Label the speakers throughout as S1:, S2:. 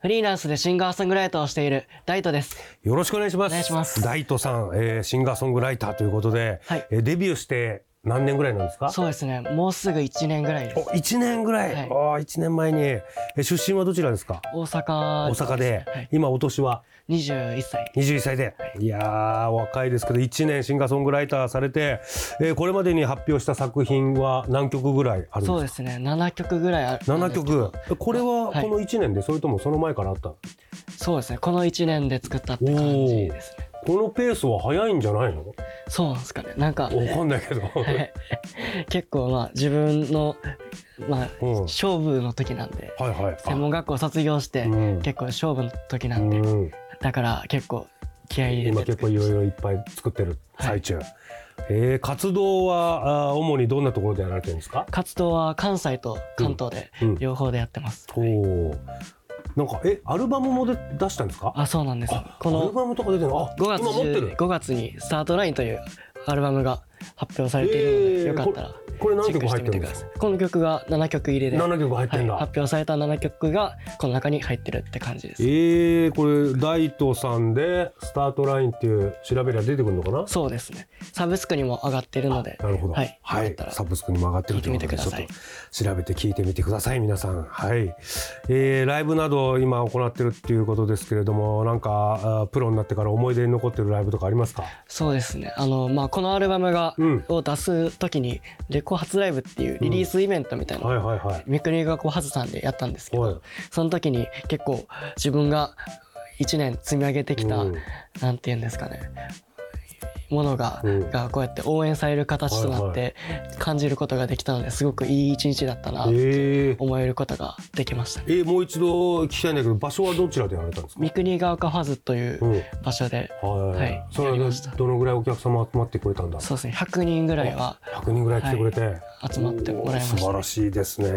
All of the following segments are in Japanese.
S1: フリーランスでシンガーソングライターをしているダイトです。
S2: よろしくお願いしま
S1: お
S2: す
S1: 願いします
S2: 大斗さん、えー、シンガーソングライターということで、
S1: はい
S2: えーデビューして何年ぐらいなんですか
S1: そうですね。もうすぐ1年ぐらいです。
S2: お一年ぐらい、
S1: はい
S2: ああ一年前に、えー出身はどちらですか
S1: 大阪
S2: 大阪で、
S1: はい
S2: 今お年は
S1: 21歳。
S2: 21歳で、い、やー若いですけど1年シンガーソングライターされて、えーこれまでに発表した作品は何曲ぐらいあるんですか
S1: そうですね。7曲ぐらいある。
S2: 7曲えこれは
S1: はい
S2: この1年で、それともその前からあった
S1: そうですね。この1年で作ったって感じですね。
S2: このペースは早いんじゃないのわ
S1: そうなんですかね。なんか、
S2: かんないけどはい
S1: 結構まあ自分の、まあ、
S2: うん
S1: 勝負の時なんで、
S2: はい
S1: 専門学校卒業して、
S2: うん
S1: 結構勝負の時なんで、
S2: うん、
S1: だから結構気合い入れて
S2: 今結構いろいろいっぱい作ってる最中、えー活動はあー主にどんなところでやられてるんですか
S1: 活動は関西と関東で
S2: うんうん
S1: 両方でやってます。
S2: おおーなんかえアルバムもで出したんですか
S1: あ、そうなんです。こ
S2: ア
S1: の
S2: ルバムとか出てるのあ
S1: 5月
S2: 今持ってる
S1: 5月に「スタートライン」というアルバムが発表されているので、
S2: えー
S1: よかったら
S2: これ何
S1: チェッ
S2: 曲
S1: クし
S2: 入
S1: てみ
S2: ってる
S1: てくだ
S2: んです
S1: さ
S2: か
S1: いこの曲が7曲入れで
S2: 7曲入ってんだ、
S1: はい発表された7曲がこの中に入ってるって感じです
S2: えー、これ大東さんでスタートラインっていう調べりゃ出てくるのかな
S1: そうですねサブスクにも上がってるので
S2: なるほど。
S1: はい、よかったら
S2: サブスクにも上がってるということで、ち
S1: 聞
S2: ょ
S1: いみ
S2: って
S1: てくだ
S2: と調べて聞いてみてください、皆さん。はい。えー、ライブなど今行ってるっていうことですけれども、なんか、あープロになってから思い出に残ってるライブとかありますか
S1: そうですねあの、まあ、このアルバムが、
S2: うん
S1: を出す時にレコ初ライブっていうリリースイベントみたいな、
S2: はいはいはい。
S1: 三国がこうハズさんでやったんですけど、
S2: はい
S1: その時に結構自分が1年積み上げてきた、
S2: うん
S1: なんて言うんですかねものが,、
S2: うん
S1: がこうやって応援される形となって感じることができたのですごくいい一日だったなって
S2: えー、
S1: 思えることができました、ね
S2: えー、もう一度聞きたいんだけど、場所はどちらでやられたんですか
S1: 三国が丘ファズという
S2: うん
S1: 場所で、
S2: はい、
S1: はい
S2: それ
S1: やり
S2: は
S1: ました
S2: どのぐらいお客様集まってくれたんだ
S1: そうですね100人ぐらいは
S2: 100人ぐらい来てくれて、
S1: い集まってもらいました
S2: おー素晴らしいですね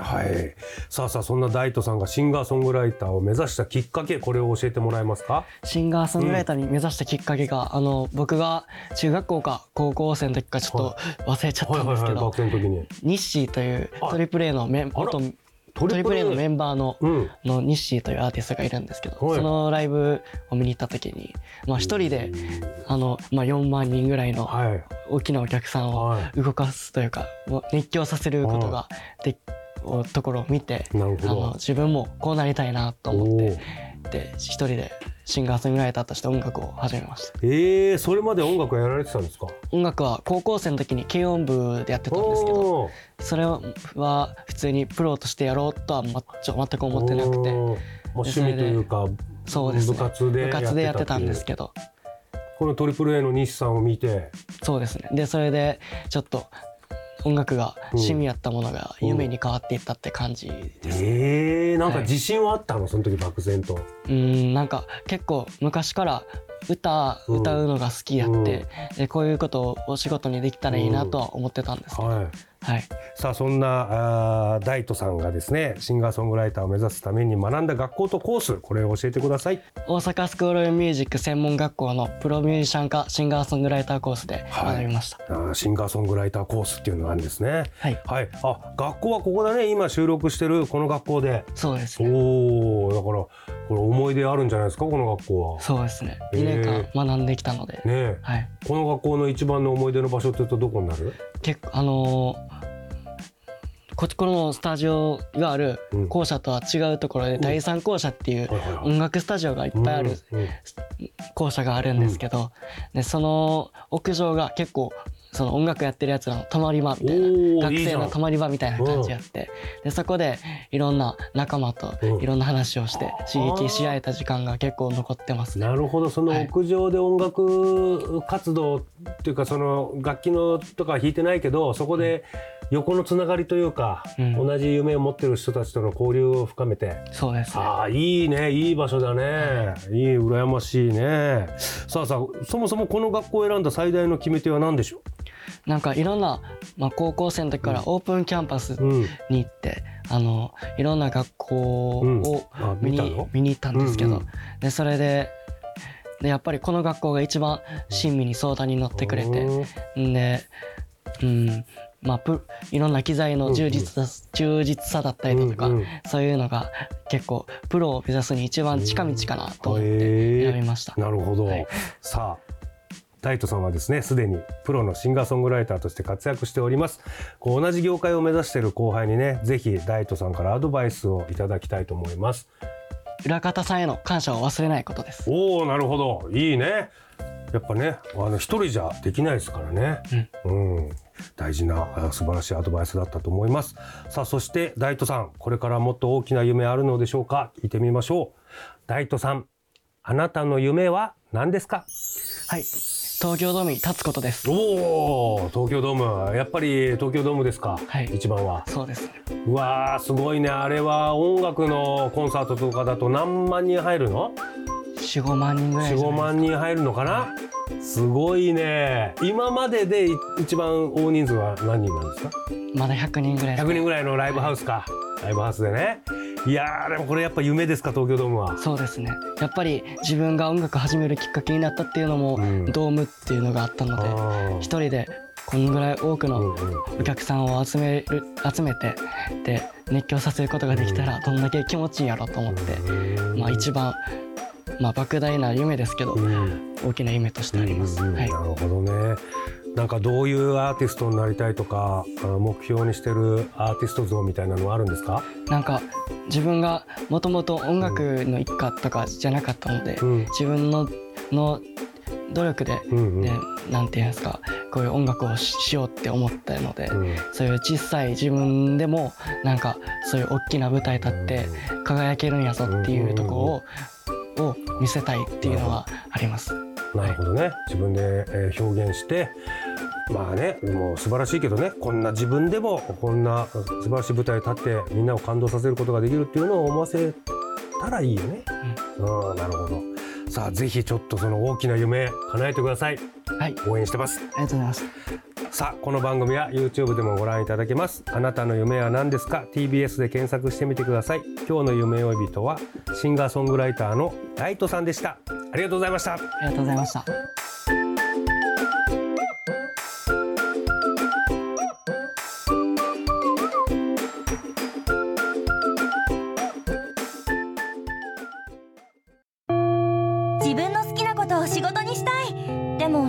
S2: はいさあさあそんな大斗さんがシンガーソングライターを目指したきっかけこれを教えてもらえますか
S1: シンガーソングライターに目指したきっかけが、あの僕が中学校か高校生の時かちょっと忘れちゃっ
S2: はい
S1: たん
S2: は
S1: です
S2: いは
S1: け
S2: い
S1: ど
S2: 学生の時に
S1: ニッシーという
S2: あ
S1: トリプル A のメン
S2: あら
S1: 元ト
S2: トリ
S1: リ
S2: プ
S1: プル
S2: ル A
S1: A のメンバーの
S2: うん
S1: のニッシーというアーティストがいるんですけど、
S2: はい
S1: そのライブを見に行った時に、まあ、一人であの、まあ、4万人ぐらいの
S2: はい
S1: 大きなお客さんを
S2: は
S1: 動かすというか、もう熱狂させることがでおところを見て
S2: なるほ
S1: あ
S2: ど
S1: の自分もこうなりたいなと
S2: お
S1: 思
S2: お
S1: っ
S2: ー
S1: てで一人でシンガーソングライターとして音楽を始めました
S2: えー、それまで音楽やられてたんですか
S1: 音楽は高校生の時に軽音部でやってたんですけど
S2: おー
S1: それは普通にプロとしてやろうとは、ま、ちょ全く思ってなくて
S2: おーまあ、趣味というか
S1: そうですね
S2: 部活で
S1: 部活でやってたんです
S2: ど
S1: けど
S2: このトリプル A の西さんを見て
S1: そうですねでそれでちょっと音楽が趣味やったものが夢に変わっていったって感じですね
S2: えー、なんか
S1: はい
S2: 自信はあったの、その時漠然と。
S1: うんなんか結構昔から歌
S2: うん
S1: 歌うのが好きやって、
S2: うん
S1: でこういうことをお仕事にできたらいいなとは思ってたんですけど、
S2: はい。
S1: はい、
S2: さあそんなあー大斗さんがですねシンガーソングライターを目指すために学んだ学校とコースこれを教えてください
S1: 大阪スクールミュージック専門学校のプロミュージシャン科シンガーソングライターコースで
S2: はい
S1: 学びました、
S2: あーシンガーソングライターコースっていうのがあるんですね
S1: はい
S2: はいあ学校はここだね今収録してるこの学校で
S1: そうですね
S2: おおだからこれ思い出あるんじゃないですかこの学校は
S1: そうですね
S2: えー
S1: 2年間学んできたので、
S2: ねえ
S1: はい、
S2: この学校の一番の思い出の場所って言うとどこになる
S1: 結構あのーこっちこのスタジオがある
S2: うん
S1: 校舎とは違うところで第三校舎っていう
S2: はいはいはい
S1: 音楽スタジオがいっぱいある
S2: うんうん
S1: 校舎があるんですけど、でその屋上が結構その音楽やってるやつらの泊まり場みたいな
S2: おー
S1: 学
S2: いいじ
S1: 生
S2: ゃん
S1: の泊まり場みたいな感じやってでそこでいろんな仲間と
S2: うん
S1: いろんな話をして刺激し合えた時間が結構残ってますね。
S2: なるほどその
S1: はい
S2: 屋上で音楽活動っていうかその楽器のとかは弾いてないけどそこで横のつながりというか、
S1: うん
S2: 同じ夢を持ってる人たちとの交流を深めて、
S1: そうですね
S2: ああいいねいい場所だねいい羨ましいねさあさあそもそもこの学校を選んだ最大の決め手は何でしょ
S1: なんかいろんな、まあ、高校生の時からオープンキャンパス
S2: う、うん
S1: に行ってあのいろんな学校を
S2: あ
S1: 見
S2: 見
S1: に,、
S2: たの
S1: 見に行ったんですけど、
S2: うん
S1: でそれででやっぱりこの学校が一番親身に相談に乗ってくれて
S2: うん
S1: んで、うんまあ、プいろんな機材の充実さ,、充実さだったりだとか、
S2: うんうん
S1: そういうのが結構プロを目指すに一番近道かなと思っ
S2: うん
S1: て
S2: へえ
S1: 選びました。
S2: なるほど、
S1: はい
S2: さあタイトさんはですねすでにプロのシンガーソングライターとして活躍しておりますこう同じ業界を目指している後輩にねぜひダイトさんからアドバイスをいただきたいと思います
S1: 裏方さんへの感謝を忘れないことです。
S2: おおなるほどいいねやっぱねあの一人じゃできないですからねうん、大事なあ素晴らしいアドバイスだったと思いますさあそしてダイトさんこれからもっと大きな夢あるのでしょうか聞いてみましょうダイトさんあなたの夢は何ですか
S1: はい、東京ドームに立つことです。
S2: おお東京ドームやっぱり東京ドームですか、
S1: はい
S2: 一番は
S1: そうですね。
S2: うわーすごいねあれは音楽のコンサートとかだと何万人入るの
S1: 四五万人ぐらいじゃないですか
S2: 45万人入るのかなすごいね今まででい一番大人数は何人なんですか
S1: まだ100人ぐらいです
S2: 100人ぐらいのライブハウスかライブハウスでねいやーでもこれやっぱ夢ですか東京ドームは
S1: そうですねやっぱり自分が音楽始めるきっかけになったっていうのも、
S2: うん
S1: ドームっていうのがあったので
S2: あー
S1: 一人でこんぐらい多く
S2: う
S1: の
S2: んうん
S1: お客さんを集める集めてで熱狂させることができたらどんだけ気持ちいいんやろうと思って、まあ、一番、まあ、莫大な夢ですけど、
S2: うん
S1: 大きな夢としてあります、
S2: うんうんうん
S1: はい
S2: な、るほどね。なんかどういうアーティストになりたいとかあ目標にしてるアーティスト像みたいなのはあるんですか？
S1: なんか自分がもともと音楽の一家とかじゃなかったので、
S2: うん
S1: 自分のの努力で
S2: うんうん
S1: でなんていうんですかこういう音楽をししようって思ったので、
S2: うん
S1: そういう小さい自分でもなんかそういう大きな舞台立って輝けるんやぞっていうところを,、を見せたいっていうのはあります。
S2: なるほどね。自分で、えー表現して。まあね、もう素晴らしいけどねこんな自分でもこんな素晴らしい舞台に立ってみんなを感動させることができるっていうのを思わせたらいいよね。うん、なるほどさあぜひちょっとその大きな夢叶えてください
S1: はい、ありがと
S2: 応援してます。
S1: うございます。
S2: さあこの番組は YouTube でもご覧いただけますあなたの夢は何ですか TBS で検索してみてください今日の夢追い人はシンガーソングライターのライトさんでしたありがとうございました
S1: ありがとうございました。
S3: 自分の好きなことを仕事にしたいでも